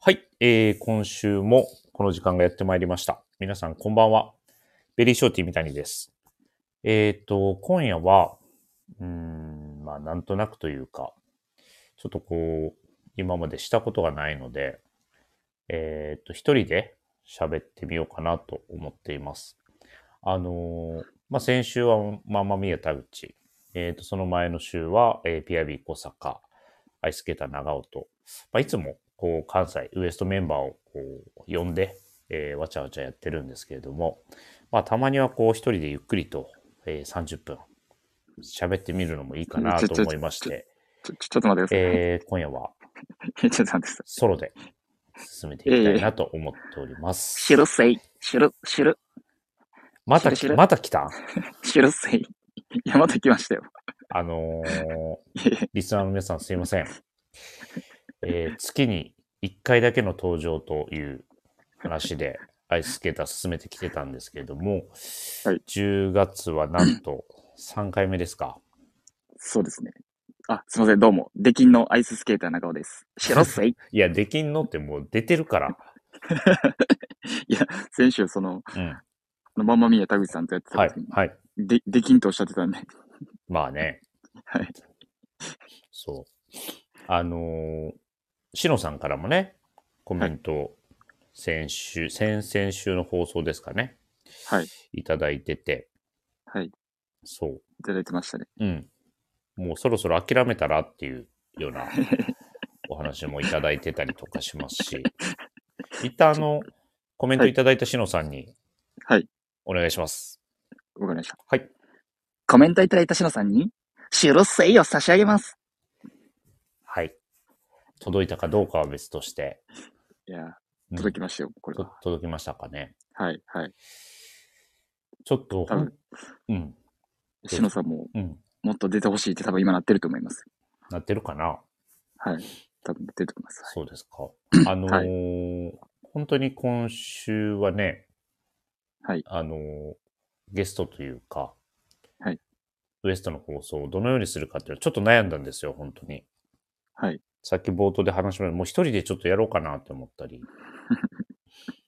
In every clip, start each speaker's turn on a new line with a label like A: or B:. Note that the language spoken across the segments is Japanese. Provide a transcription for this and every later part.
A: はい、えー、今週もこの時間がやってまいりました。皆さん、こんばんは。ベリーショーティーみたいにです。えっ、ー、と、今夜は、うーん、まあ、なんとなくというか、ちょっとこう、今までしたことがないので、えっ、ー、と、一人で喋ってみようかなと思っています。あのー、まあ、先週はママミヤ田口、えっ、ー、と、その前の週は、えー、ピアビー小坂、アイスケーター長尾と、まあ、いつもこう関西ウエストメンバーをこう呼んで、えー、わちゃわちゃやってるんですけれども、まあ、たまにはこう一人でゆっくりと、えー、30分喋ってみるのもいいかなと思いまして、
B: ちょちょっと待ってください。
A: えー、今夜は ソロで進めていきたいなと思っております。
B: シュルセイ、シュル、シュル。
A: また、また来た
B: シュルセイ。い や、また来ましたよ。
A: あのー、リスナーの皆さんすいません。えー、月に1回だけの登場という話でアイススケーター進めてきてたんですけれども、はい、10月はなんと3回目ですか。
B: そうですね。あ、すみません、どうも。出禁のアイススケーター中尾です。シェロッセイ。
A: いや、出禁のってもう出てるから。
B: いや、先週、その、うん、のままみや田口さんとやってた
A: 時に、はい、はい。
B: で、出禁とおっしゃってたんで。
A: まあね。
B: はい。
A: そう。あのーしのさんからもね、コメントを先週、はい、先々週の放送ですかね。
B: はい。
A: いただいてて。
B: はい。
A: そう。
B: いただいてましたね。
A: うん。もうそろそろ諦めたらっていうよう なお話もいただいてたりとかしますし、一旦あの、コメントいただいたしのさんに、
B: はい。
A: お願いします。
B: わ、はい、かりました。
A: はい。
B: コメントいただいたしのさんに、シュロッセイを差し上げます。
A: はい。届いたかどうかは別として。
B: いや、届きましたよ、うん、これは。
A: 届きましたかね。
B: はい、はい。
A: ちょっと、うん。
B: しのさんも、
A: うん、
B: もっと出てほしいって多分今なってると思います。
A: なってるかな
B: はい。多分出てます。
A: そうです か。あのーはい、本当に今週はね、
B: はい。
A: あのー、ゲストというか、
B: はい。
A: ウエストの放送をどのようにするかっていうのはちょっと悩んだんですよ、本当に。
B: はい。
A: さっき冒頭で話しましたもう一人でちょっとやろうかなって思ったり。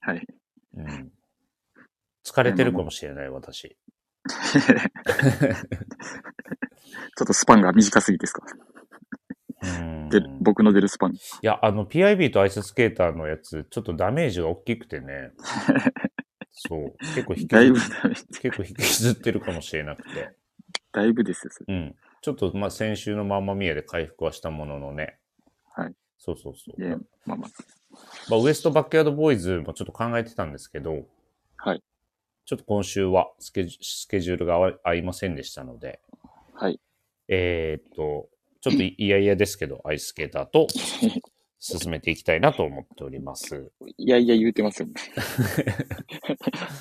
B: はい。
A: うん。疲れてるかもしれない、私。
B: ちょっとスパンが短すぎですか
A: うん
B: で僕の出るスパン。い
A: や、あの、PIB とアイススケーターのやつ、ちょっとダメージが大きくて ね。そう。結構引きず結構引きずってるかもしれなくて。
B: だいぶですよ、
A: うん。ちょっと、まあ、先週のまんまみやで回復はしたもののね。
B: はい。。
A: そうそうそう
B: まあまあ。
A: まあ、ウエストバックヤードボーイズもちょっと考えてたんですけど、
B: はい。
A: ちょっと今週はスケジュールが合いませんでしたので、
B: はい。
A: えー、っと、ちょっと 嫌々ですけど、アイススケーターと進めていきたいなと思っております。
B: いやいや言うてます よね。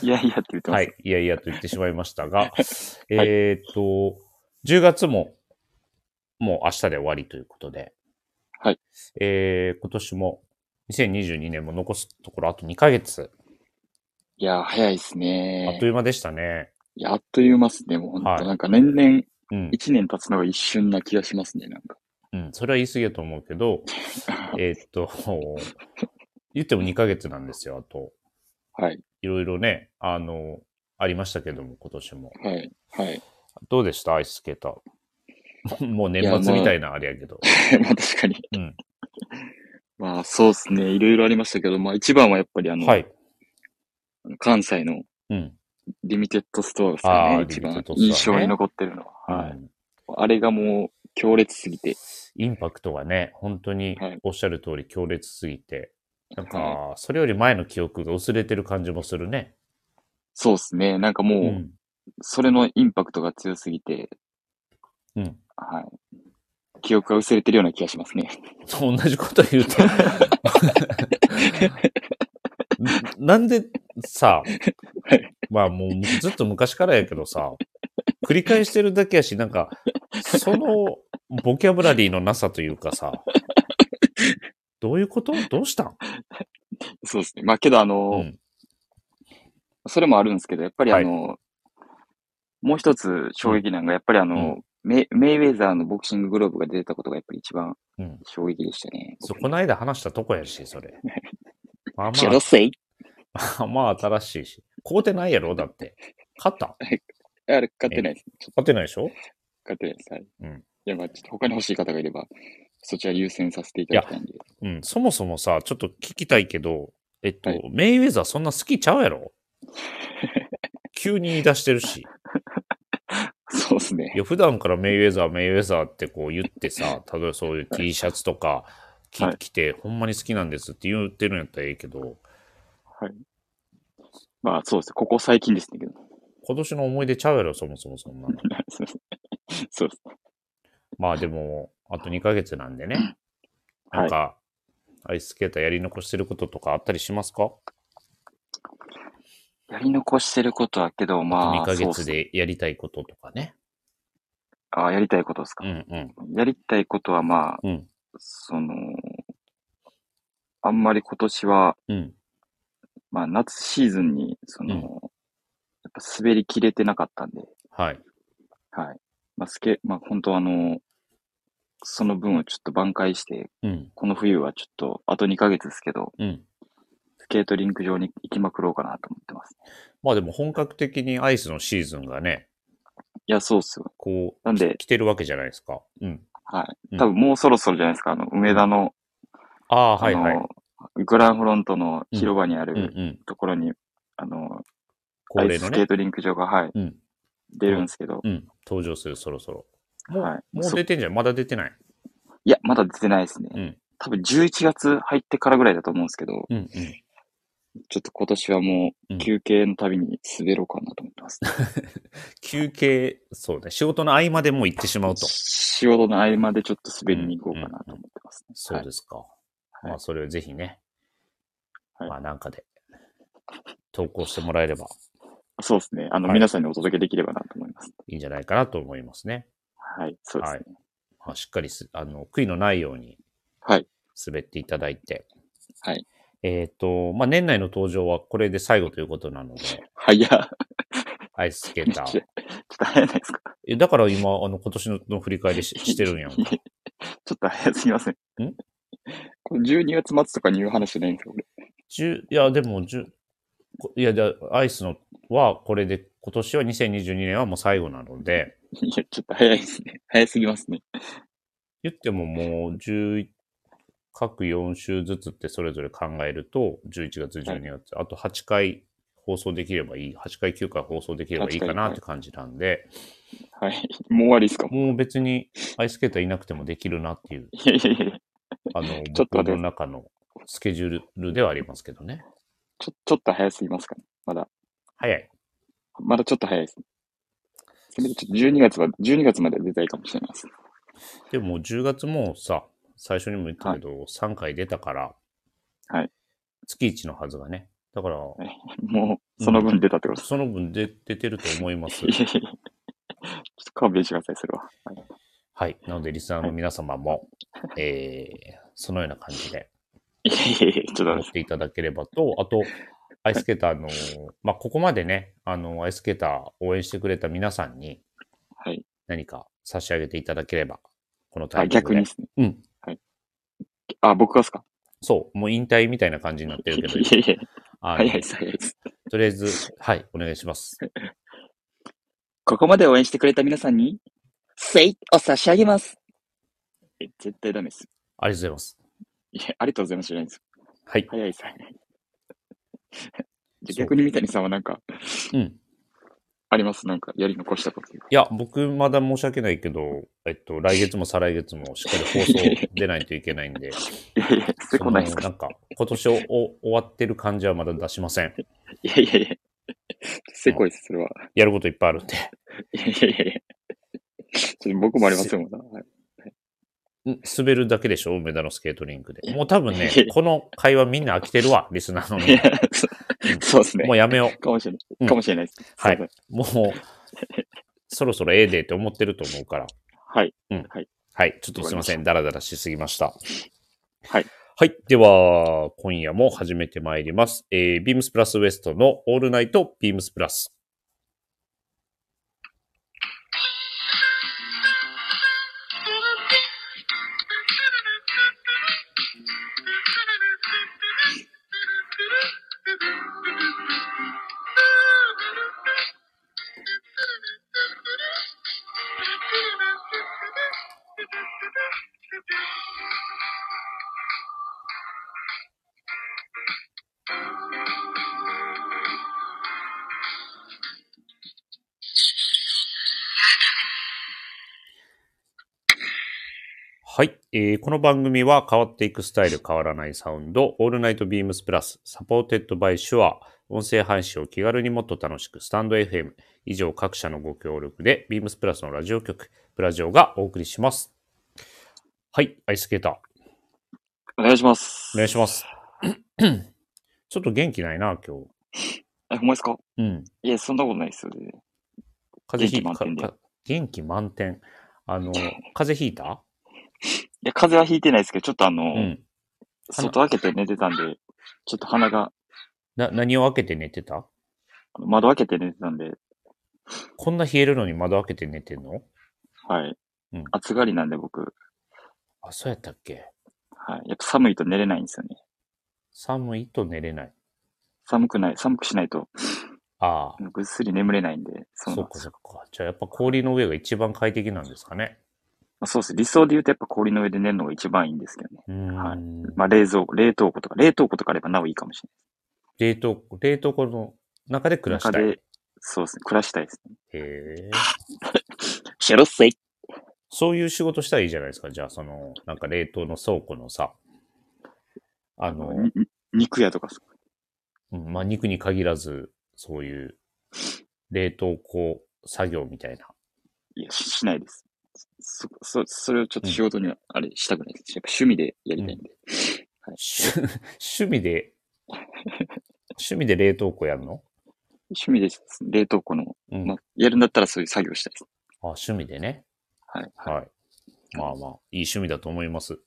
B: いやいやって言ってます。
A: はい。いやいやと言ってしまいました が、えっと、10月も、もう明日で終わりということで、
B: はい。
A: えー、今年も、2022年も残すところあと2ヶ月。
B: いや、早いですね。
A: あっという間でしたね。
B: いや、あっという間ですね。もう本当、はい、なんか年々、1年経つのが一瞬な気がしますね、なんか。
A: うん、それは言い過ぎだと思うけど、えっと、言っても2ヶ月なんですよ、あと。
B: はい。
A: いろいろね、あの、ありましたけども、今年も。
B: はい。はい。
A: どうでしたアイススケーター。 もう年末みたいなあれやけど。
B: まあ確かに。
A: うん、
B: まあそうですね。いろいろありましたけど、まあ一番はやっぱりあの、
A: はい、
B: 関西のリミテッドストアですかね。うん、一番印象に残ってるのは、ね、はい。あれがもう強烈すぎて。
A: インパクトがね、本当におっしゃる通り強烈すぎて、はい、なんか、それより前の記憶が薄れてる感じもするね。
B: そうですね。なんかもう、うん、それのインパクトが強すぎて、
A: うん。
B: はい。記憶が薄れてるような気がしますね。
A: 同じこと言うと な。なんでさ、まあもうずっと昔からやけどさ、繰り返してるだけやし、なんか、そのボキャブラリーのなさというかさ、どういうことどうしたん
B: そうですね。まあけどあの、うん、それもあるんですけど、やっぱりあの、はい、もう一つ衝撃なのが、やっぱりあの、うんメメイウェザーのボクシンググローブが出たことがやっぱり一番
A: うん。
B: 衝撃でしたね。
A: そう、この間話したとこやし、それ。まあ
B: チェロセイ
A: まあ、まあ新しいし。買うてないやろだって。買った
B: あれ、買ってないです。ちょっ
A: 買ってないでしょ
B: と買ってないです。はい。
A: うん
B: いや、まあ、ちょっと他に欲しい方がいれば、そちら優先させていただきた いんで。
A: うん。そもそもさ、ちょっと聞きたいけど、えっと、
B: はい
A: メイウェザーそんな好きちゃうやろ急に言い出してるし。
B: そうです
A: い
B: ね。
A: や、普段からメイウェザー、メイウェザーってこう言ってさ、例えばそういう T シャツとかき
B: はい
A: 着て、ほんまに好きなんですって言ってるんやったらええけど、
B: まあ、そうです。ここ最近ですね。けど
A: 今年の思い出ちゃうやろ、そもそもそんなの。
B: そうですそうです。
A: まあでも、あと2ヶ月なんでね。なんか、アイススケーターやり残してることとかあったりしますか
B: やり残してることはけど、ま
A: 2
B: あ、
A: ヶ
B: そうっす
A: 月でやりたいこととかね。
B: ああ、やりたいことですか
A: う。んうん。
B: やりたいことは、まあ、
A: うん。
B: その、あんまり今年は、
A: うん。
B: まあ、夏シーズンに、その、
A: うん
B: やっぱ滑りきれてなかったんで、
A: はい。
B: はい。まあ、スケ、まあ、本当あの、その分をちょっと挽回して、
A: うん。
B: この冬はちょっと、あと2ヶ月ですけど、
A: うん。
B: スケートリンク上に行きまくろうかなと思ってます。
A: まあでも本格的にアイスのシーズンがね、
B: いや、そうっすよ。
A: こう、
B: なんで、
A: 来てるわけじゃないですか。うん。
B: はい。
A: うん
B: 多分もうそろそろじゃないですか、あの、梅田の、
A: ああ、はい
B: あの、
A: はい。
B: グランフロントの広場にあ
A: うんう
B: る
A: ん。
B: ところに、あの、
A: 恒
B: ア
A: 例
B: イス
A: の
B: スケー
A: ね。
B: トリンク場が、はい、
A: うん。
B: 出るんですけど、
A: うん。登場する、そろそろ。もう、
B: はい。
A: もう
B: そ
A: 出てんじゃん。まだ出てない。
B: いや、まだ出てないですね。
A: うん
B: 多分11月入ってからぐらいだと思うんですけど、
A: うんうん。
B: ちょっと今年はも
A: う
B: うん休憩のたびに滑ろうかなと思ってます。
A: 休憩、そうね。仕事の合間でもう行ってしまうと。
B: 仕事の合間でちょっと滑りに行こうかなと思ってます、ね
A: そうですか。
B: い
A: まあ、それをぜひね、
B: はい
A: まあ、なんかで、投稿してもらえれば
B: はいそうですね。あの、
A: はい
B: 皆さんにお届けできればなと思います。
A: いいんじゃないかなと思いますね。
B: はい、そうですね。
A: まあ、しっかりす、あの、悔いのないように
B: はい。
A: 滑っていただいて。
B: はい。
A: えっ、と、まあ、年内の登場はこれで最後ということなの で、
B: はい、いや、
A: アイススケ
B: め
A: ー
B: っち
A: タ
B: ゃ、
A: ー
B: ちょ。っと早いないですか。
A: えだから今、あの、今年のの振り返 りししてるんやんか。
B: ちょっと早すぎません。
A: ん
B: これ12月末とかに言う話じゃないんですか、俺。
A: 十いや、でも、十こいや、じゃあアイスのはこれで、今年は2022年はもう最後なので、
B: いや、ちょっと早いですね。早すぎますね。
A: 言ってももう11各4週ずつってそれぞれ考えると11月12月、あと8回放送できればいい8回9回放送できればいいかなって感じなんで、
B: はい。もう終わりですかい
A: もう別にアイススケーターいなくてもできるなっていう
B: やいやいや
A: あの
B: ちょっ
A: 僕
B: と待って
A: の中のスケジュールではありますけどね
B: ちょ、ちょっと早すぎますかね。まだ、
A: 早い
B: まだちょっと早いですね。せめてちょっと12月は、12月まで出たいかもしれないです。
A: でも10月もさ最初にも言ったけど、3回出たから、
B: はい
A: 月1のはずがねだから
B: もう、その分出たってことです。
A: その分で出てると思います
B: いやいやいやちょっと勘弁してください、それは。はい
A: はい。なので、リスナーの皆様も、えー、そのような感じ で
B: いやいやいや、ちょっ
A: 持
B: と待
A: っていただければと、あと、アイススケーターの、まあ、ここまでね、あの、アイススケーター応援してくれた皆さんに
B: はい、
A: 何か差し上げていただければ、この
B: って
A: タイ
B: あ、
A: ミング
B: 逆
A: で。
B: にですね。
A: うん。
B: あ、僕がですか
A: そう、もう引退みたいな感じになって
B: い
A: る
B: やい
A: けど、
B: やいや、
A: あの
B: 早いです、早いです。
A: とりあえず、はい、お願いします。
B: ここまで応援してくれた皆さんに、せいを差し上げます。え、絶対ダメです。
A: ありがとうございます。
B: いや、ありがとうございますじゃないんです。
A: はい。
B: 早いです、早い。
A: そう
B: じゃあ逆に三谷さんはなんか、
A: うん。
B: ありますなんか、やり残したこと。
A: いや、僕、まだ申し訳ないけど、えっと、来月も再来月もしっかり放送出ないといけないんで、
B: いやいや、してこないです
A: その
B: か
A: んか、今年をお終わってる感じはまだ出しません。
B: いやいやいや、せこいです、それは。
A: やることいっぱいあるんで。
B: いやいやいやいや。ちょっと僕もありますよ、まだ。はい
A: 滑るだけでしょ梅田のスケートリンクで。もう多分ね、この会話みんな飽きてるわ、リスナーの
B: い
A: みん
B: や
A: な。
B: そ そうですね
A: もう。やめよ
B: かもしれな
A: うん
B: い。かもしれないです。
A: はい
B: すません。
A: う。もう、そろそろええでって思ってると思うから。
B: はい。
A: はい。ちょっとすいません。ダラダラしすぎました。
B: はい。
A: はい。では、今夜も始めてまいります。えー、ビームスプラスウエストのオールナイトビームスプラス。
C: 「ビームスプラスウエストのオールナイトビームスプラス」
A: はい、えー。この番組は変わっていくスタイル変わらないサウンド、オールナイトビームスプラス、サポーテッドバイシュア、音声配信を気軽にもっと楽しく、スタンド FM、以上各社のご協力で、ビームスプラスのラジオ局、プラジオがお送りします。はい、アイスケーター。
B: お願いします。
A: お願いします。 ちょっと元気ないな、今
B: 日。え、ほんまですか
A: うん。
B: いや、そんなことないですよね。
A: 風邪ひいた。元気満点。あ の、風邪ひいた
B: いや、風はひいてないですけど、ちょっとあの、うん、外開けて寝てたんで、ちょっと鼻が。
A: な、何を開けて寝てた
B: 窓開けて寝てたんで。
A: こんな冷えるのに窓開けて寝てんの
B: はい。うん、暑がりなんで僕。
A: あ、そうやったっけ
B: はい。やっぱ寒いと寝れないんですよね。
A: 寒いと寝れない。
B: 寒くない、寒くしないと。
A: ああ。
B: ぐっすり眠れないんで。
A: そうそうか、そうか。じゃあやっぱ氷の上が一番快適なんですかね。
B: まあ、そうです理想で言うとやっぱ氷の上で寝るのが一番いいんですけどね。はい、まあ冷蔵庫、冷凍庫とか、冷凍庫とかあればなおいいかもしれ
A: ない。冷凍庫、冷凍庫の中で暮らしたい。
B: そうですね、暮らしたいですね。
A: へえ。
B: シェロッセイ。
A: そういう仕事したらいいじゃないですか。じゃあ、その、なんか冷凍の倉庫のさ、あの、
B: 肉屋とかさ。
A: うん、まあ肉に限らず、そういう冷凍庫作業みたいな。
B: いや、しないです。そ、そ、それをちょっと仕事には、あれ、したくないです。うん、やっぱ趣味でやりたいんで。うん
A: はい、趣 味 で、趣味で冷凍庫やるの
B: 趣味です。冷凍庫の、うん、まあ、やるんだったらそういう作業したいです。
A: あ、趣味でね。
B: はい。
A: はい。まあまあ、いい趣味だと思います。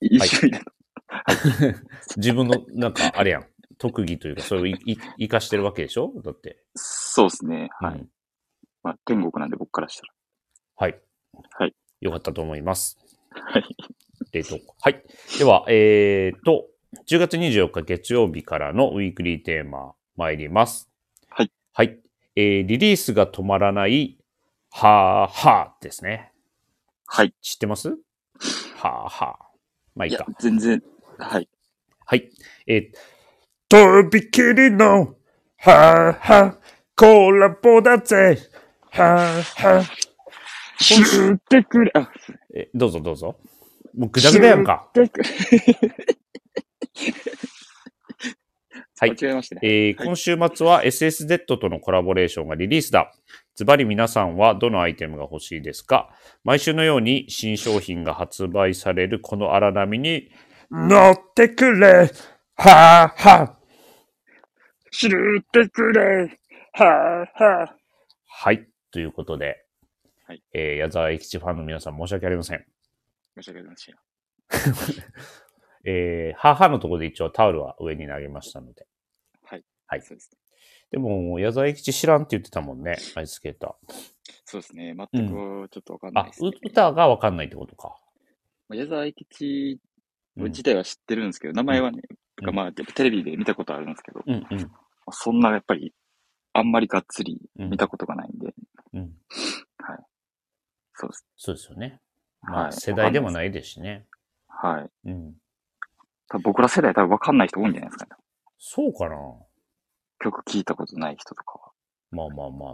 B: いい趣味だと。
A: はい、自分の、なんか、あれ やん。特技というか、それをいい生かしてるわけでしょだって。
B: そうですね。はい。まあ、天国なんで僕からしたら。
A: はい。
B: はい。
A: よかったと思います。
B: はい。
A: 冷凍庫。はい。では、えーと、10月24日月曜日からのウィークリーテーマ参ります。
B: はい。
A: はい。えー、リリースが止まらない、はーはーですね。
B: はい。
A: 知ってますはーはー。まあいいか。い
B: 全然、はい。
A: はい。えー、とびきりの、はーはー、コラボだぜ、はーはー。
B: 知ってくれ。あ
A: え、どうぞどうぞ。もうぐだぐだやんか。はい。
B: 間違えましたね。
A: えー、はい、今週末は SSZ とのコラボレーションがリリースだ。ズバリ皆さんはどのアイテムが欲しいですか毎週のように新商品が発売されるこの荒波に乗ってくれはぁはぁ
B: 知ってくれはぁはぁ
A: はい。ということで、はい、えー、矢沢永吉ファンの皆さん申し訳ありません。
B: 申し訳ありません。
A: えー、母のところで一応タオルは上に投げましたので。
B: はい。
A: はい。
B: そうです、ね、
A: でも、矢沢永吉知らんって言ってたもんね、アイスケーター。
B: そうですね。全くちょっとわかんないです
A: ね、ね、うん、あ、歌がわかんないってことか。
B: 矢沢永吉自体は知ってるんですけど、うん、名前はね、うん、まあ、テレビで見たことあるんですけど、
A: うんうん、
B: そんなやっぱり、あんまりがっつり見たことがないんで、
A: うん、
B: はい。そうです。
A: そうですよね。まあ、世代でもないですしね。。
B: はい
A: うん。
B: 僕ら世代多分分かんない人多いんじゃないですかね。
A: そうかな
B: 曲聞いたことない人とかは。
A: まあまあま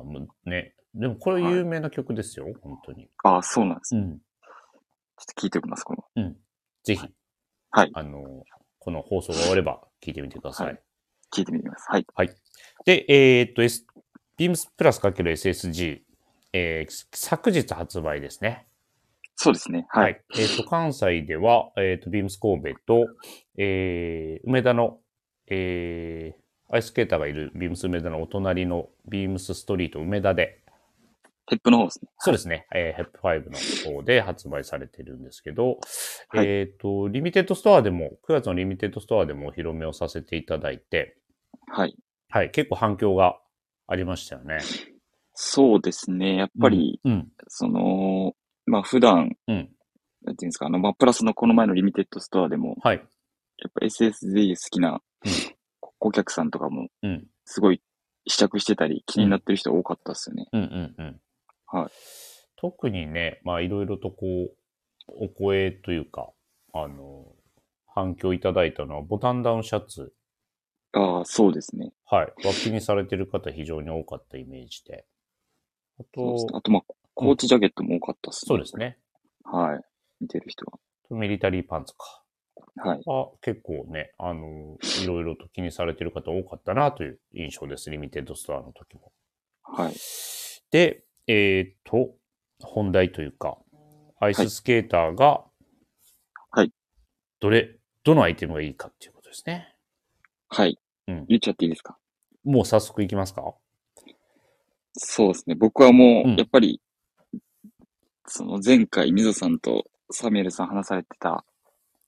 A: あ、ね。でもこれ有名な曲ですよ、はい、本当に。
B: ああ、そうなんです
A: ね。うん。ちょ
B: っと聞いておきます、こ
A: の。うん。ぜひ。
B: はい。
A: あの、この放送が終われば聞いてみてください。はい、
B: 聞いてみてます。はい。
A: はい。で、えー、っと、S、Beams プラス ×SSG えー、昨日発売ですね。
B: そうですね。はい。はい、
A: えっ、ー、と、関西では、えっ、ー、と、ビームス神戸と、えー、梅田の、えー、アイスケーターがいるビームス梅田のお隣のビームスストリート梅田で。
B: ヘップの方ですね。
A: そうですね。はい、えー、ヘップ5の方で発売されてるんですけど、はい、えっ、ー、と、リミテッドストアでも、9月のリミテッドストアでもお披露目をさせていただいて、
B: はい。
A: はい、結構反響がありましたよね。
B: そうですね。やっぱり、
A: うんうん、
B: その、まあ普段、
A: うん、
B: なんていうんですか、あの、マップラスのこの前のリミテッドストアでも、
A: はい。
B: やっぱ SSD 好きな
A: うん
B: 顧客さんとかも、
A: うん。
B: すごい試着してたり、気になってる人多かったですよね。
A: うんうんうん。
B: はい。
A: 特にね、まあいろいろとこう、お声というか、あの、反響いただいたのはボタンダウンシャツ。
B: ああ、そうですね。
A: はい。脇にされてる方非常に多かったイメージで。あ
B: そうですね
A: と、
B: あと、まあ、コーチジャケットも多かったですね。
A: そうです。ね。
B: はい。見てる人
A: ミリタリーパンツか。
B: は。はい。
A: あ結構ね、あの、いろいろと気にされてる方多かったなという印象です。リミテッドストアの時も。
B: はい。
A: で、えっ、と、本題というか、アイススケーターが、
B: はい。
A: どれ、どのアイテムがいいかっていうことですね。
B: はい。
A: うん。
B: 言っちゃっていいですか
A: もう早速いきますか
B: そうですね。僕はも
A: うん
B: う、やっぱり、その前回、みぞさんとサミュエルさん話されてた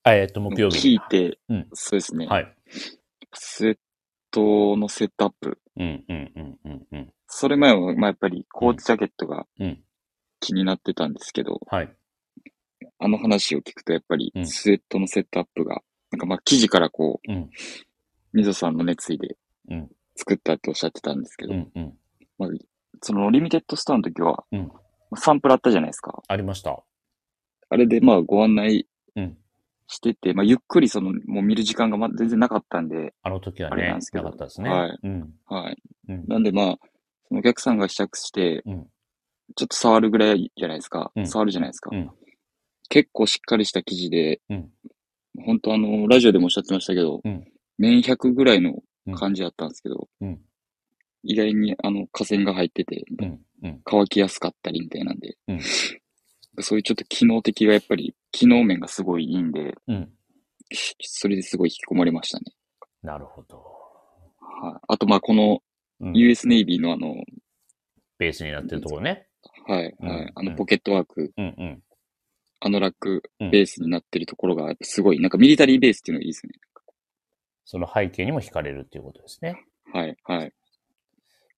A: あえっ、と、
B: のを
A: 木曜日
B: 聞
A: に。
B: いて、
A: うん
B: そうですね。
A: はい。
B: スウェットのセットアップ。
A: うん、うん、うん、うん、うん。
B: それ前は、まあ、やっぱりコーチジャケットが
A: うん。
B: 気になってたんですけど、
A: はい。
B: あの話を聞くと、やっぱり
A: うん
B: スウェットのセットアップが、なんかまあ、生地からこ
A: うん、
B: う、みぞさんの熱意で
A: うん
B: 作ったっておっしゃってたんですけど
A: う、ん、うん。
B: まあ、そのリミテッドストアの時は、
A: うん
B: サンプルあったじゃないですか。
A: ありました。
B: あれでまあご案内
A: うん
B: してて、まあゆっくりそのもう見る時間がま全然なかったんで、
A: あの時は
B: あれ
A: ね、
B: なん
A: な
B: ですけど
A: かったですね。
B: はい
A: うん、
B: はい。
A: うん、
B: なんでまあ、そのお客さんが試着して、
A: うん、
B: ちょっと触るぐらいじゃないですか。
A: うん
B: 触るじゃないですか、
A: うん
B: 結構しっかりした生地で、
A: うん
B: 本当あの、ラジオでもおっしゃってましたけど、
A: うん
B: 綿100ぐらいの
A: うん
B: 感じだったんですけど、
A: うん
B: 意外にあの、河川が入ってて、
A: うん、うん。
B: 乾きやすかったりみたいなんで、
A: うん
B: そういうちょっと機能的がやっぱり、機能面がすごいいいんで、
A: うん
B: それですごい引き込まれましたね。
A: なるほど。
B: はい。あと、まあ、この
A: うん、
B: US ネイビーのあの、
A: ベースになってるところね。
B: はい、は
A: うん
B: い、あのポケットワーク、
A: うん、うん。
B: あのラック
A: うん
B: ベースになってるところが、すごい、なんかミリタリーベースっていうのがいいですね。
A: その背景にも惹かれるっていうことですね。
B: はい、はい。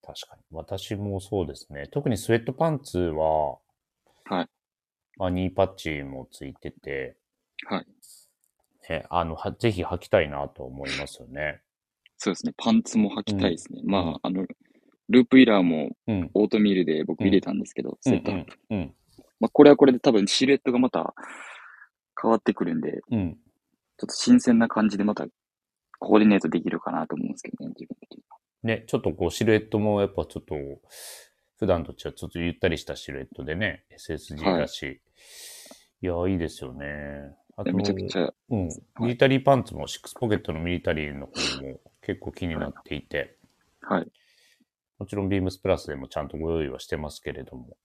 A: 確かに。私もそうですね。特にスウェットパンツは、
B: はい。
A: まあ、ニーパッチもついてて、
B: はい。
A: ね、あの、はぜひ履きたいなと思いますよね。
B: そうですね。パンツも履きたいですね。
A: う
B: まあ、あの、ループイラーも
A: うん。
B: オートミールで僕入れたんですけど、セットアップ。
A: うん。うん。
B: まあ、これはこれで多分シルエットがまた変わってくるんで、
A: うん。
B: ちょっと新鮮な感じでまたコーディネートできるかなと思うんですけどね、自分的に。
A: ね、ちょっとこう、シルエットもやっぱちょっと、普段と違う、ちょっとゆったりしたシルエットでね、SSG だし。い、や、いいですよね。あ
B: めちゃくちゃ、
A: うん。ミリタリーパンツも、シックスポケットのミリタリーの方も結構気になっていて、
B: はい、
A: もちろんビームスプラスでもちゃんとご用意はしてますけれども、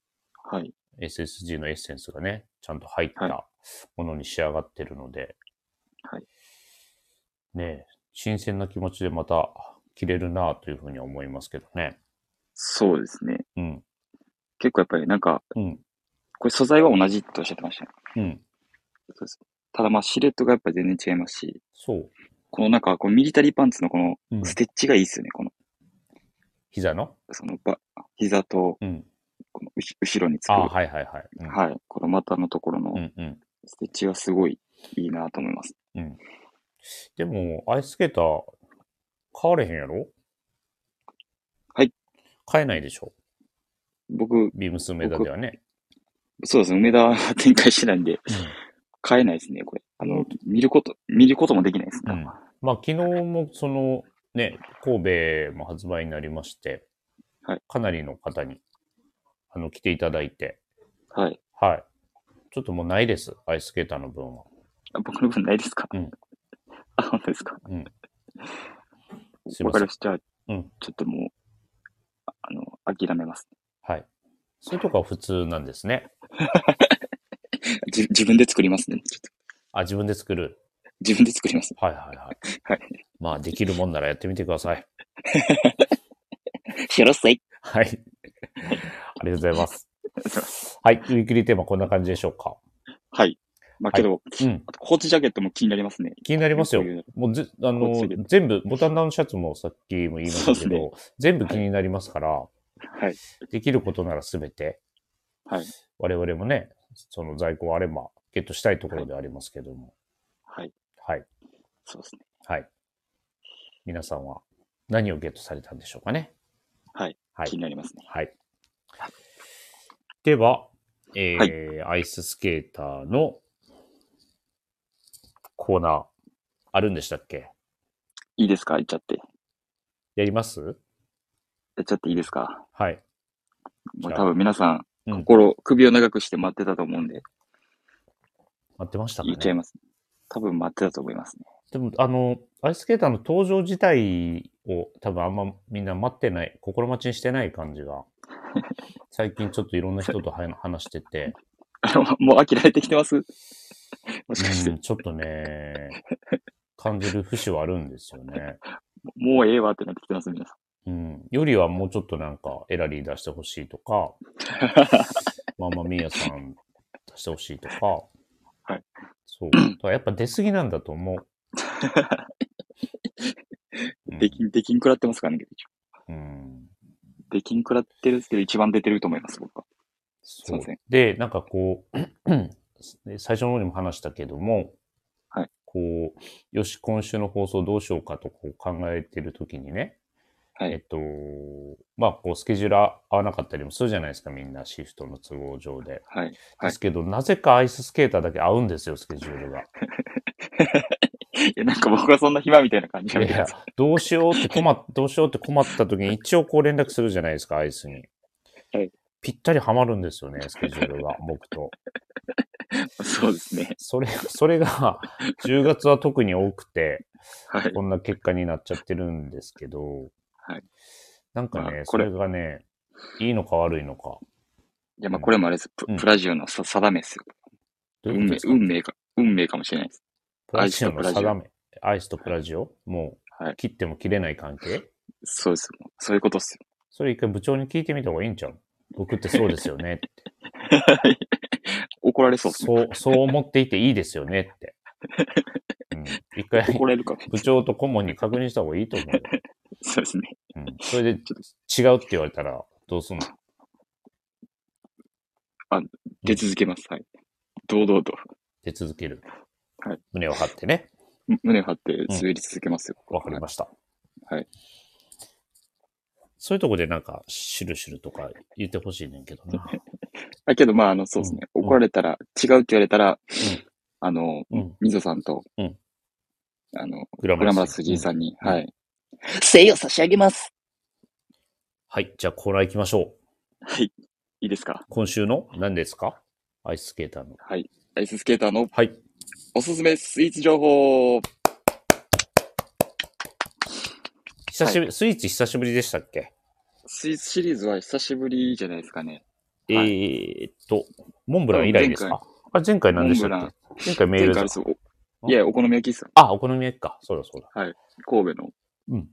B: はい、
A: SSG のエッセンスがね、ちゃんと入っ
B: は
A: たものに仕上がってるので、
B: はい
A: ねえ、新鮮な気持ちでまた着れるなというふうには思いますけどね。
B: そうですね。
A: うん、
B: 結構やっぱりなんか、
A: うん、
B: これ素材は同じっておっしゃってましたね。
A: うん。
B: そうですただまあシルエットがやっぱり全然違いますし、
A: そう。
B: このなんかこうミリタリーパンツのこの
A: うん、
B: ステッチがいいですよね、この、
A: 膝の
B: そのば膝と
A: うん。
B: このうし後ろにつく、
A: ああ、
B: は
A: はいはいはい。うん、
B: い、この股のところの
A: うん、うん。
B: ステッチがすごいいいなと思います。
A: でも、アイススケーター、買われへんやろ
B: はい。
A: 買えないでしょ
B: 僕、
A: ビームス梅田ではね。
B: そうですね、梅田は展開してないんで、
A: うん
B: 買えないですね、これ。あの、見ること、見ることもできないですね。
A: うんまあ、昨日もそのね、神戸も発売になりまして、
B: はい
A: かなりの方にあの来ていただいて、
B: はい。
A: はい。ちょっともうないです、アイススケーターの分は。
B: あ僕の分ないですか、
A: うん
B: あ、本当ですか
A: うんすいません
B: わかりました。じゃあ、
A: うん
B: ちょっともう、ああの、諦めます。
A: はい。そういうとこは普通なんですね。
B: じ自分で作りますね。ちょっと
A: あ、自分で作る。
B: 自分で作ります。
A: はいはいはい。
B: はい。
A: まあ、できるもんならやってみてください。
B: よろしい。
A: はい。ありがとうござい ます。はい。ウィークリーテーマこんな感じでしょうか。
B: はい。まあけど、
A: うん。
B: あとコーチジャケットも気になりますね。
A: 気になりますよ
B: こういう。
A: もうぜ、あ
B: こう
A: の
B: いう次、
A: 全部、ボタンダウンシャツもさっきも言いました
B: そ
A: け
B: うで
A: ど、
B: すね
A: 全部気になりますから、
B: はい。
A: できることならすべて、
B: はい。
A: 我々もね、その在庫あればゲットしたいところではありますけども。
B: はい。
A: はい。
B: そうですね。
A: はい。皆さんは何をゲットされたんでしょうかね。
B: はい。
A: はい
B: 気。になりますね。
A: はい。では、えーアイススケーターのコーナー、あるんでしたっけ
B: いいですか行っちゃって。
A: やります
B: やっちゃっていいですか
A: はい。じ
B: もう
A: ゃあ
B: 多分皆さん、
A: うん
B: 心、首を長くして待ってたと思うんで、
A: 待ってましたか
B: 言っちゃい
A: ね。
B: ます。多分待ってたと思いますね。
A: でも、あの、アイススケーターの登場自体を多分あんまみんな待ってない、心待ちにしてない感じ が、最近ちょっといろんな人とは話してて、
B: あの、もう飽きられてきてますもしかして、
A: うん、ちょっとね、感じる節はあるんですよね。
B: もうええわってなってきてます、皆さ
A: うん。よりはもうちょっとなんか、エラリー出してほしいとか、 まあまあ、みーやさん出してほしいとか、
B: はい。
A: そう。だからやっぱ出過ぎなんだと思 う。うん
B: ん。できん、できんくらってますからね、
A: うん。
B: できんくらってるんですけど、一番出てると思います、僕は。すい
A: そう
B: ません。
A: で、なんかこう、 で最初の方にも話したけども、
B: はい。
A: こう、よし、今週の放送どうしようかとこう考えてるときにね、
B: はい
A: えっと、まあ、こう、スケジュール合わなかったりもするじゃないですか、みんな、シフトの都合上で。
B: はい。は
A: で
B: い
A: すけど、なぜかアイススケーターだけ合うんですよ、スケジュールが。
B: いや、なんか僕はそんな暇みたいな感じ
A: い
B: や
A: や
B: め
A: い
B: て
A: や
B: ください。、
A: どうしようって困 っ、どうしようって困った時に一応こう連絡するじゃないですか、アイスに。
B: はい
A: ぴったりハマるんですよね、スケジュールが、僕と。
B: そうですね。
A: それ、それが、10月は特に多くて、
B: はい。
A: こんな結果になっちゃってるんですけど、
B: はい
A: なんかね、
B: まあ
A: そ
B: これ
A: れがね、いいのか悪いのか。
B: いや、まあこれもあれです。プ
A: うん
B: プラジオのさ定めですよ。
A: どういうこと
B: 運命
A: で、すか
B: 運命か、運命かもしれないです。
A: プラジオの
B: アイスとプラジオ
A: 定め。アイスとプラジオもう、
B: はい
A: 切っても切れない関係
B: そうです。そういうことっすよ。
A: それ一回部長に聞いてみた方がいいんちゃう僕ってそうですよねって。
B: 怒られ そうっすね。
A: そう、そう思っていていいですよね って。うん、一回、
B: 怒られるかも。
A: 部長と顧問に確認した方がいいと思うよ。
B: そうですね。
A: うん、それで
B: ちょ
A: 違うって言われたら、どうすんの
B: 出続けます。はい。堂々と
A: 出続ける。
B: はい
A: 胸を張ってね。
B: む胸張って滑り続けますよ。
A: わかりました。
B: はい。
A: そういうとこでなんか、シュルシュルとか言ってほしいねんけど な。
B: だけど、まあ、あの、そうですね。
A: うん
B: 怒られたら、違うって言われたら、あの、
A: うん。
B: みぞさんと、
A: うん
B: あの、
A: グラ
B: グラマラスじいさ
A: ん。
B: んに、
A: うん
B: はい。誠意を差し上げます。
A: はい。じゃあコーナー行きましょう。
B: はい。いいですか
A: 今週の何ですかアイススケーターの。
B: はい。アイススケーターの
A: はい。
B: おすすめスイーツ情報
A: 久しぶり、スイーツ久しぶりでしたっけ
B: スイーツシリーズは久しぶりじゃないですかね。は
A: えーっと、モンブラン以来ですかあれ前回何でした
B: モン
A: っ
B: ブラ
A: け前回メー
B: 前
A: ル
B: 回あれ
A: で
B: です
A: す
B: よおいや、お好み焼きですよ。
A: あ、お好み焼きか。そうだそうだ。
B: 神戸の。
A: うん。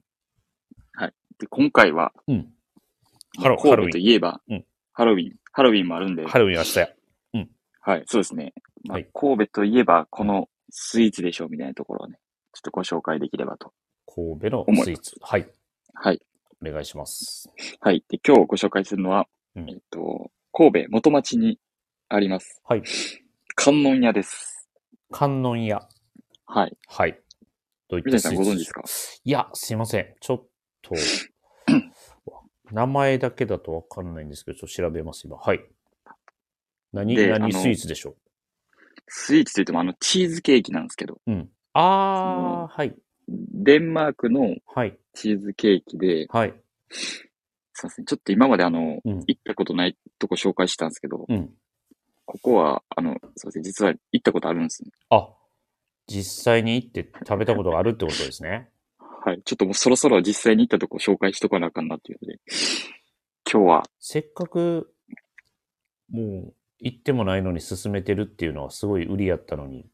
B: はい。で、今回は、
A: うん。ハロハロウィ
B: 神
A: ン
B: 戸といえば、
A: うん
B: ハロウィン。ハロウィンもあるんで、
A: ハロウィン明日や。
B: はい、そうですね。まあ
A: はい
B: 神戸といえば、このスイーツでしょうみたいなところをね、ちょっとご紹介できればと。
A: 神戸のスイーツ。はい。
B: はい。
A: お願いします。
B: はい。で、今日ご紹介するのは、
A: うん
B: えっと、神戸元町にあります。
A: はい。
B: 観音屋です。
A: 観音屋。
B: はい。
A: はい。どういっ
B: 水谷
A: た
B: さ
A: ス
B: ん
A: イ
B: ご
A: ー
B: 存
A: ツ
B: 知ですか
A: いや、すいません。ちょっ と、名前だけだとわかんないんですけど、ちょっと調べます、今。はい。何、
B: であ
A: 何
B: の
A: スイーツでしょ
B: スイーツといっても、あの、チーズケーキなんですけど、
A: ううん。あー、はい。
B: デンマークの
A: はい。
B: チーズケーキで、
A: はい。
B: すいません。ちょっと今まであの、
A: うん。
B: 行ったことないとこ紹介したんですけど、
A: うん。
B: ここは、あの、すいません。実は行ったことあるんですね。
A: あ、実際に行って食べたことがあるってことですね。
B: はい。ちょっともうそろそろ実際に行ったとこ紹介しとかなあかんなっていうので、今日は、
A: せっかく、もう、行ってもないのに進めてるっていうのはすごい売りやったのに、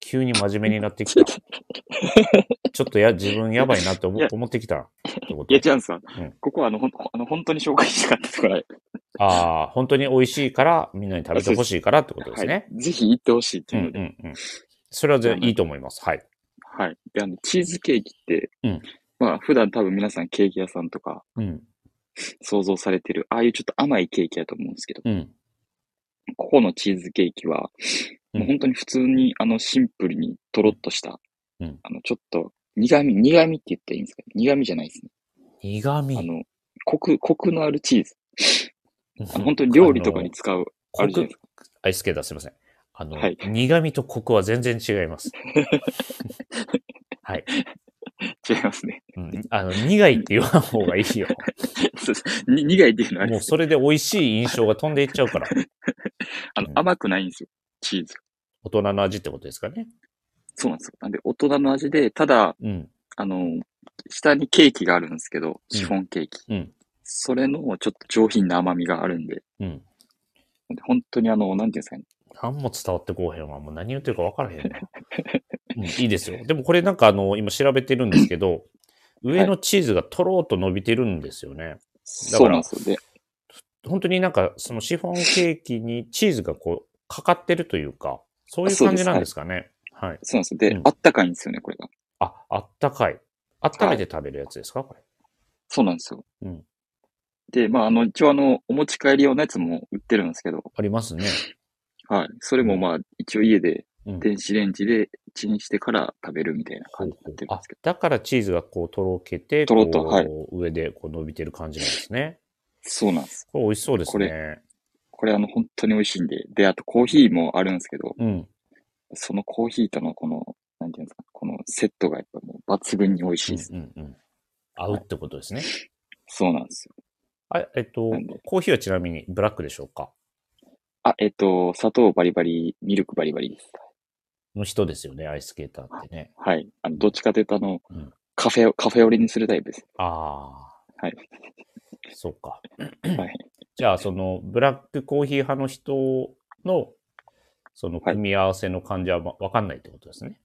A: 急に真面目になって きた。ちょっとや、自分やばいなって
B: い
A: 思
B: や
A: 思ってきたってこと
B: いや、違うんですよ。
A: うん
B: ここはあの、ほんあの本当に紹介したかったところで
A: ああ、本当に美味しいから、みんなに食べてほしいからってことですね。
B: はい。ぜひ行ってほしいって
A: う
B: い
A: ん
B: うの
A: う
B: で、
A: んうん。それは全いいと思います。はい。
B: はい。で、あの、チーズケーキって、
A: うん
B: まあ、普段多分皆さんケーキ屋さんとか
A: うん。
B: 想像されてる、ああいうちょっと甘いケーキやと思うんですけど、
A: うん。
B: ここのチーズケーキは、
A: うん
B: もう本当に普通に、あの、シンプルにとろっとした、
A: うん
B: あの、ちょっと、苦味、苦味って言ったらいいんですか苦味じゃないですね。
A: 苦
B: あ
A: 味。
B: の、コク、コクのあるチーズ。あの本当に
A: うん
B: 料理とかに使う、
A: あ
B: あ
A: の
B: るじゃない
A: コ
B: です
A: ク、アイスケーターすいません。あの、
B: はい
A: 苦味とコクは全然違います。はい、
B: か。違いますね。
A: うんあの。苦いって言わん方がいいよ。
B: そうですに苦いっていうのはあれ
A: も
B: で
A: う
B: す。
A: それで美味しい印象が飛んでいっちゃうから。
B: あの
A: う、ん
B: 甘くないんですよ。チーズ。
A: 大人の味ってことですかね。
B: そうなんですよ。なんで、大人の味で、ただ、
A: うん。
B: あの、下にケーキがあるんですけど、シフォンケーキ。
A: うん。
B: それのちょっと上品な甘みがあるんで、
A: うん。
B: なんで本当にあの、なんていうんですかね。
A: 何も伝わってこうへんわ。もう何言ってるか分からへんな、うんいいですよ。でもこれなんかあの、今調べてるんですけど、上のチーズがとろーっと伸びてるんですよね。だ
B: そ
A: か
B: うな
A: ら
B: んですよ。で、
A: 本当になんかそのシフォンケーキにチーズがこう、かかってるというか、そういう感じなんですかね。はい。
B: そうなんですよ。で、
A: うん
B: あったかいんですよね、これが。
A: あ、あったかい。あっためて食べるやつですか、これ。
B: そうなんですよ。
A: うん
B: で、まあ、あの、一応あの、お持ち帰り用のやつも売ってるんですけど、
A: ありますね。
B: はい。それもまあ、一応家で、
A: うん。
B: 電子レンジでチンしてから食べるみたいな感じになってるん
A: あ
B: ですけど。
A: だからチーズがこうとろけて、
B: とろっと
A: こう
B: はい
A: 上でこう伸びてる感じなんですね。
B: そうなんです。
A: これ美味しそうです
B: こ
A: ね。
B: これあの、本当に美味しいんで。で、あとコーヒーもあるんですけど、
A: うん。
B: そのコーヒーとのこの、なんていうんですか、このセットがやっぱもう抜群に美味し
A: う
B: い
A: ん
B: です。
A: うんうん。合うってことですね。
B: そうなんですよ。
A: あえっと
B: なんで、
A: コーヒーはちなみにブラックでしょうか
B: あ、えっと、砂糖バリバリ、ミルクバリバリです。
A: の人ですよね、アイスケーターってね。
B: はい。あの、どっちかというとあの、
A: うん
B: カフェ、カフェオレにするタイプです。
A: ああ。
B: はい。
A: そうか。
B: はい。
A: じゃあ、その、ブラックコーヒー派の人の、その、
B: はい
A: 組み合わせの感じはわわかんないってことですね。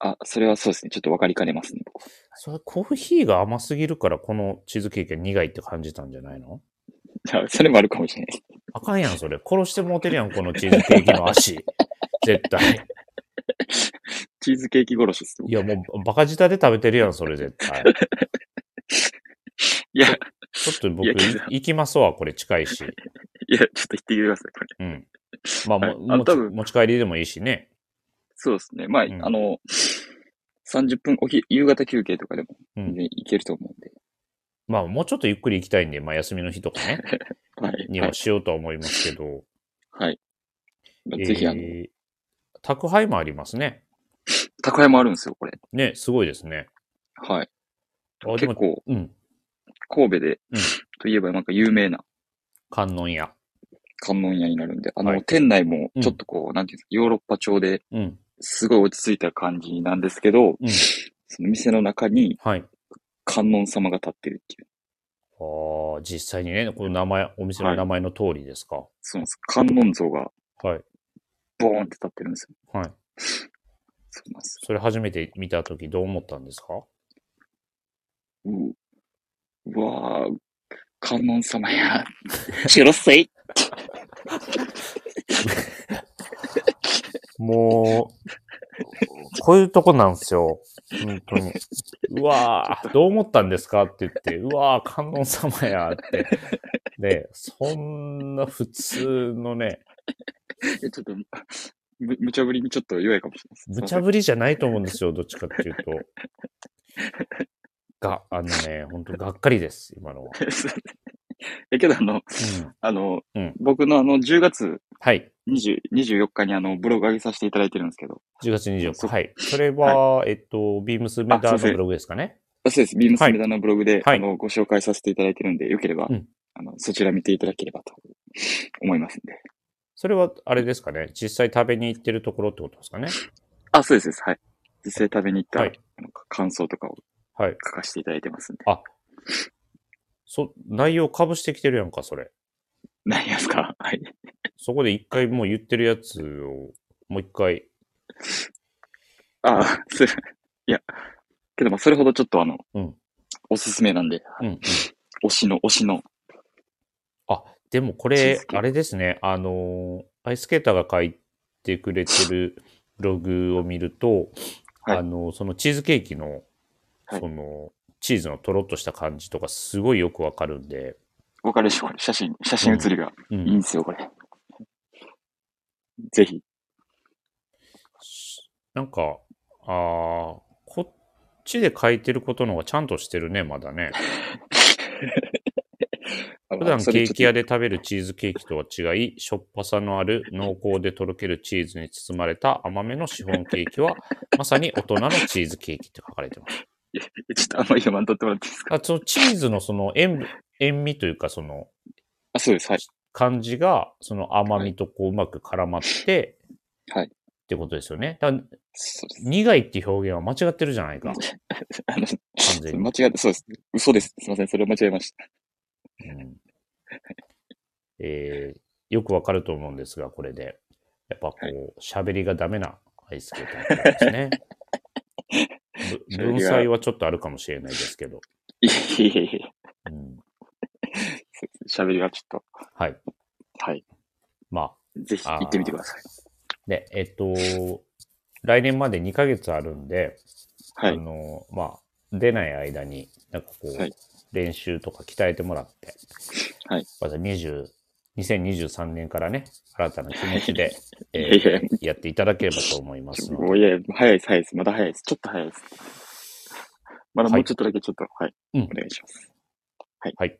B: あ、それはそうですね。ちょっとわかりかねますね、僕は
A: それ、コーヒーが甘すぎるから、このチーズケーキが苦いって感じたんじゃないの
B: い やそれもあるかもしれないです。
A: あかんやん、それ。殺してもうてるやん、このチーズケーキの 足。絶対。
B: チーズケーキ殺しです。
A: いや、もう、バカ舌で食べてるやん、それ、絶対。
B: いや、
A: ちょっと
B: い
A: 僕、
B: や
A: い
B: けど
A: 行きますわ、これ、近いし。
B: いや、ちょっと言ってきてください、これ。
A: うん。まあ、も
B: はいあ
A: 持ち
B: 多分
A: 持ち帰りでもいいしね。
B: そうですね。まあ、
A: うん
B: あの、30分、おひ、夕方休憩とかでも、
A: う
B: 全
A: ん。
B: 然いけると思うんで。
A: まあ、もうちょっとゆっくり行きたいんで、まあ、休みの日とかね、
B: はい。
A: に
B: は。
A: はいしようとは思いますけど。
B: はいまあ
A: え
B: ぜひ、あの、
A: ー宅配もありますね。
B: 高山あるんですよ、これ。
A: ね、すごいですね。
B: はい。
A: あでも
B: 結構、
A: うん。
B: 神戸で、
A: うん
B: といえばなんか有名な
A: 観音屋。
B: 観音屋になるんで、あの、
A: はい
B: 店内も
A: うん
B: ちょっとこう、なんていうんですか、ヨーロッパ調で
A: うん。
B: すごい落ち着いた感じなんですけど、
A: うん
B: その店の中に
A: はい。
B: 観音様が立ってるっていう。
A: ああ、実際にね、この名前、お店の名前の通りですか。
B: そうなんです。観音像が
A: はい。
B: ボーンって立ってるんですよ。
A: はい。
B: そうなんですよ。
A: それ初めて見たときどう思ったんですか
B: ううわぁ、観音様や。チュロスイ
A: もう、こういうとこなんですよ。本当に。うわーどう思ったんですかって言って、うわー観音様やって。で、そんな普通のね、
B: えちょっと、む、無茶ぶりにちょっと弱いかもしれないです。
A: 無茶ぶりじゃないと思うんですよ、どっちかっていうと。が、あのね、本当がっかりです、今のは。
B: り。え、けどあの、
A: うん、
B: あの、
A: うん
B: 僕のあの、10月
A: はい。
B: 20 24日にあの、ブログ上げさせていただいてるんですけど、
A: 10月24日。
B: そ
A: はい。それは、えっと、ビームスメダ
B: あすいま
A: ー
B: せ
A: の
B: ん
A: ブログですかね。
B: あそうです。ビームス
A: はい
B: メダのブログで、
A: はい
B: あの、ご紹介させていただいてるんで、よければ、
A: うん
B: あの、そちら見ていただければと思いますんで。
A: それは、あれですかね。実際食べに行ってるところってことですかね。
B: あ、そうです。はい。実際食べに行った、
A: はい
B: あの感想とかを
A: はい。
B: 書かせていただいてますんで。
A: そ、内容被してきてるやんか、それ。
B: 何やすかはい。
A: そこで一回もう言ってるやつを、もう一回。
B: ああ、それ、いや、けどまあ、それほどちょっとあの、
A: うん
B: おすすめなんで、
A: うんうん。
B: 推しの、推しの、
A: あ、でもこ
B: そうで
A: れ
B: す、ね
A: あれですね。あのー、アイスケーターが書いてくれてるブログを見ると、
B: はい
A: あのー、そのチーズケーキの、
B: はい
A: その、チーズのとろっとした感じとかすごいよくわかるんで、
B: わかるでしょこれ、写真、写真写りが
A: う
B: いいん
A: ん
B: で、すよ、これ。ぜひ。
A: なんか、あーこっちで書いてることの方がちゃんとしてるね、まだね。
B: 普
A: 普段ケーキ屋で食べるチーズケーキとは違い、しょっぱさのある濃厚でとろけるチーズに包まれた甘めのシフォンケーキ は、まさに大人のチーズケーキって書かれてます。
B: いやちょっとあんまり読まんとってもらっていいですか
A: あそのチーズのその塩分塩味というか、その
B: あ、そうです。はい。
A: 感じが、その甘みとこううまく絡まって、
B: はい
A: ってことですよね。だから
B: そうです。
A: 苦いって表現は間違ってるじゃないか。
B: あの、
A: 全に
B: 間違って、そうです。嘘です。すいません。それを間違えました。
A: うんえーよくわかると思うんですが、これで。やっぱこう、喋、りがダメな愛介タイプですね。ぶ文才はちょっとあるかもしれないですけど。
B: いえいえいえ。
A: うん、
B: 喋りがちょっ
A: はい。
B: と。はい。
A: ま
B: ぜひ
A: あ。あー
B: 行ってみてください。
A: で、えっと、来年まで2ヶ月あるんで、
B: は
A: あ
B: い。
A: の、まあ、出ない間に、なんかこう、
B: はい
A: 練習とか鍛えてもらって、
B: はい。
A: また20、2023年からね、新たな気持ちで、え
B: いやい
A: ーやっていただければと思いますので
B: おいや、早いです、早いです。まだ早いです。ちょっと早いです。まだも
A: は
B: う
A: い
B: ちょっとだけちょっと、はい。
A: うん
B: お願いします。
A: はい。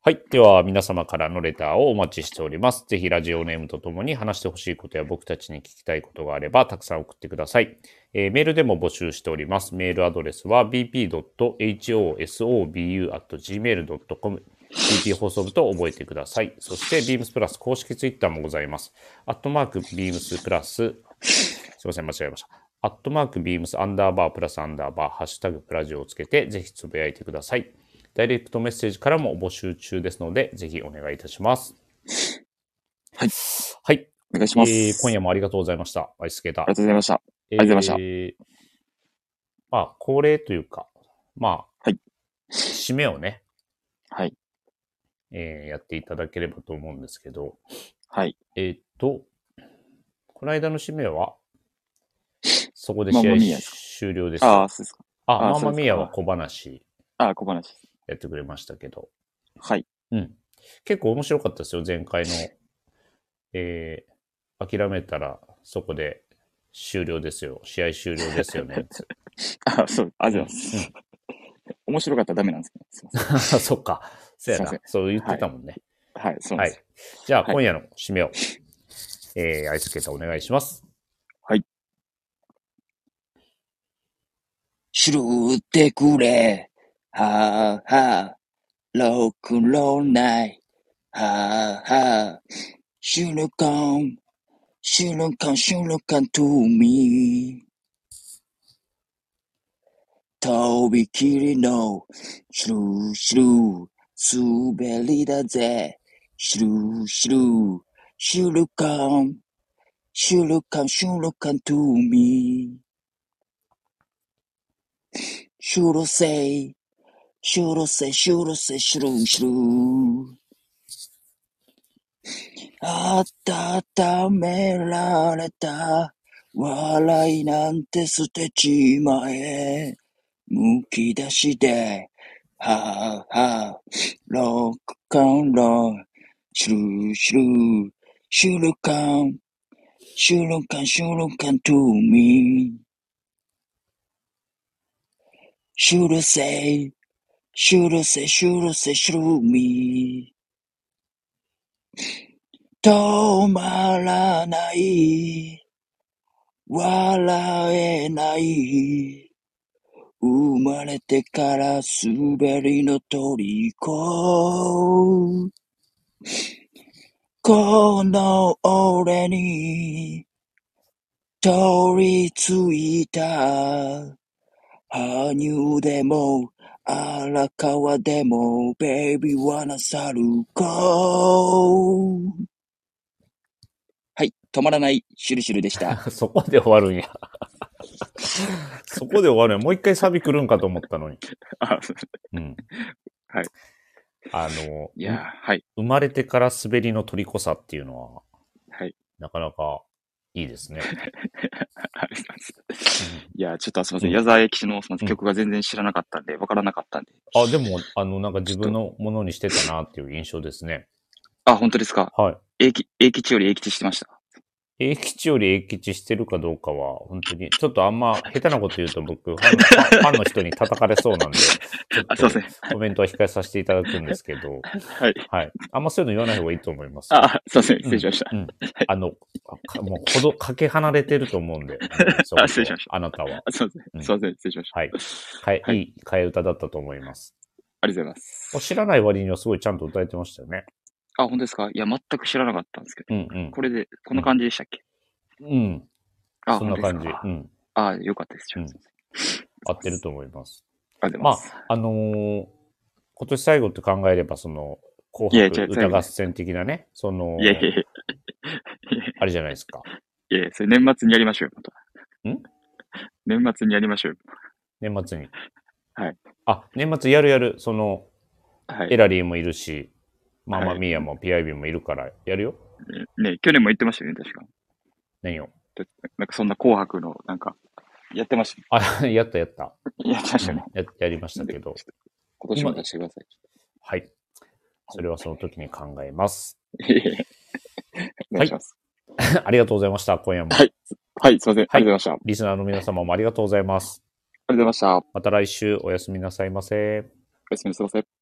A: はい。では、皆様からのレターをお待ちしております。ぜひ、ラジオネームとともに話してほしいことや僕たちに聞きたいことがあれば、たくさん送ってください。えーメールでも募集しております。メールアドレスは bp.hosobu.gmail.com。bp 放送部と覚えてください。そして、beams プラス公式ツイッターもございます。アットマーク beams プラス、すいません、間違えました。アットマークビームスアンダーバープラスアンダーバー、ハッシュタグプラジオをつけて、ぜひつぶやいてください。ダイレクトメッセージからも募集中ですので、ぜひお願いいたします。
B: はい。
A: はい。
B: お願いし
A: え
B: ます。
A: ー今夜もありがとうございました。アイスケーター。
B: ありがとうございました。
A: え
B: ありがとうござ
A: いました。まあ、恒例というか、まあ、
B: はい
A: 締めをね、
B: はい。
A: えーやっていただければと思うんですけど、
B: はい。
A: えーっと、この間の締めは、そこで
B: マ
A: 試
B: マ
A: 合
B: ミヤです
A: 終了です。
B: ああ、そうですか。
A: あ、
B: あ
A: マ
B: そ
A: マ
B: うですか
A: ミヤは小話
B: ああ、小話です。
A: やってくれましたけど、
B: はい。
A: うん。結構面白かったですよ、前回の。えー、諦めたらそこで終了ですよ、試合終了ですよね。
B: あそう、ありがとうございます。面白かったらダメなんですけど、すいません。
A: あ そっか、そうや
B: すいま
A: な
B: せん、
A: そう言ってたもんね。
B: はい、すいま
A: はい。
B: せん。
A: じゃあ、
B: はい
A: 今夜の締めを、えー、アイスケーターお願いします。
C: 知るってくれ。はあはあ。ロックンロールナイ。はあはあ。シュルカン。シュルカン、シュルカン to me. とびきりのシュルシュル。滑りだぜ。シュルシュル。シュルカン。シュルカン、シュルカン to me. シュルセイ、シュルセイ、シュルセイ、シュルシュル。温められた笑いなんて捨てちまえ。むき出しで、はあはあ、ロックカンロン、シュルシュル、シュルカン、シュルカン、シュルカン to me. シュルセイ、シュルセイ、シュルセイ、シュルミ。止まらない。笑えない。生まれてから滑りの虜。この俺に取り付いた。羽生でも、荒川でも、ベイビーはなさるか。はい、止まらない、シュルシュルでした。
A: そこで終わるんや。 そこで終わるんや。もう一回サビ来るんかと思ったのに。
B: あ
A: うん。
B: はい。
A: あの、
B: いやー、はい。
A: 生まれてから滑りの虜さっていうのは、
B: はい。
A: なかなかいいですね。
B: ありがとうございます。いやー、ちょっとすみません。矢沢永吉のすみません曲が全然知らなかったんで、わからなかったんで。
A: あ、でも、あの、なんか自分のものにしてたなっていう印象ですね。
B: あ、本当ですか。
A: はい。
B: 永吉、永吉より永吉してました。
A: 英吉より英吉してるかどうかは、本当に、ちょっとあんま下手なこと言うと僕、ファンファンの人に叩かれそうなんで、ちょっ
B: あ、すい
A: と
B: ません。
A: コメントは控えさせていただくんですけど、
B: はい。
A: はい。あんまそういうの言わない方がいいと思います。
B: あ、すいません。失礼しました。
A: うん。あの、かもう、ほど、かけ離れてると思うんで、そう
B: 失礼しました
A: あなたは。
B: あすいませ
A: うん
B: ん。すいません。失礼しました。
A: はい。かえ、
B: はいい
A: い替え歌だったと思います。
B: ありがとうございます。
A: 知らない割にはすごいちゃんと歌えてましたよね。
B: あ、本当ですかいや、全く知らなかったんですけ
A: う
B: ど。
A: ん
B: これで、この感じでしたっけ
A: うん。うん。
B: あ、
A: そんな感
B: 本当
A: じ。
B: ですか
A: うん。
B: あ、よかったです。
A: う
B: あ
A: ん
B: りがと
A: 合ってると思います。
B: うござい
A: まあ
B: ます。、
A: あのー今年最後って考えれば、その、紅
B: いや
A: 白
B: 違う
A: 歌合戦的なね、その
B: い、やいやいや。
A: あれじゃないですか。
B: いやいや、それ年末にやりましょうよ、また。
A: ん
B: 年末にやりましょうよ。
A: 年末に。
B: はい。
A: あ、年末やるやる。その、
B: は
A: エ
B: い。
A: ラリーもいるし、ママ
B: はい
A: ミーヤも PIB もいるから、やるよ。
B: ね、去年も言ってましたよね、確か。
A: 何を。
B: なんかそんな紅白の、なんか、やってました
A: あ、やったやった。
B: ね。やってましたね。
A: ややりましたけど。
B: 今年も出してくださ
A: はい。それはその時に考えます。
B: い。いやいやお願いします。
A: ありがとうございました。今夜も。
B: はいはい、すいません。ありがとうございました。
A: リスナーの皆様もありがとうございます。
B: ありがとうございました。お
A: また来週おやすみなさいませ。
B: やすみなさいませ。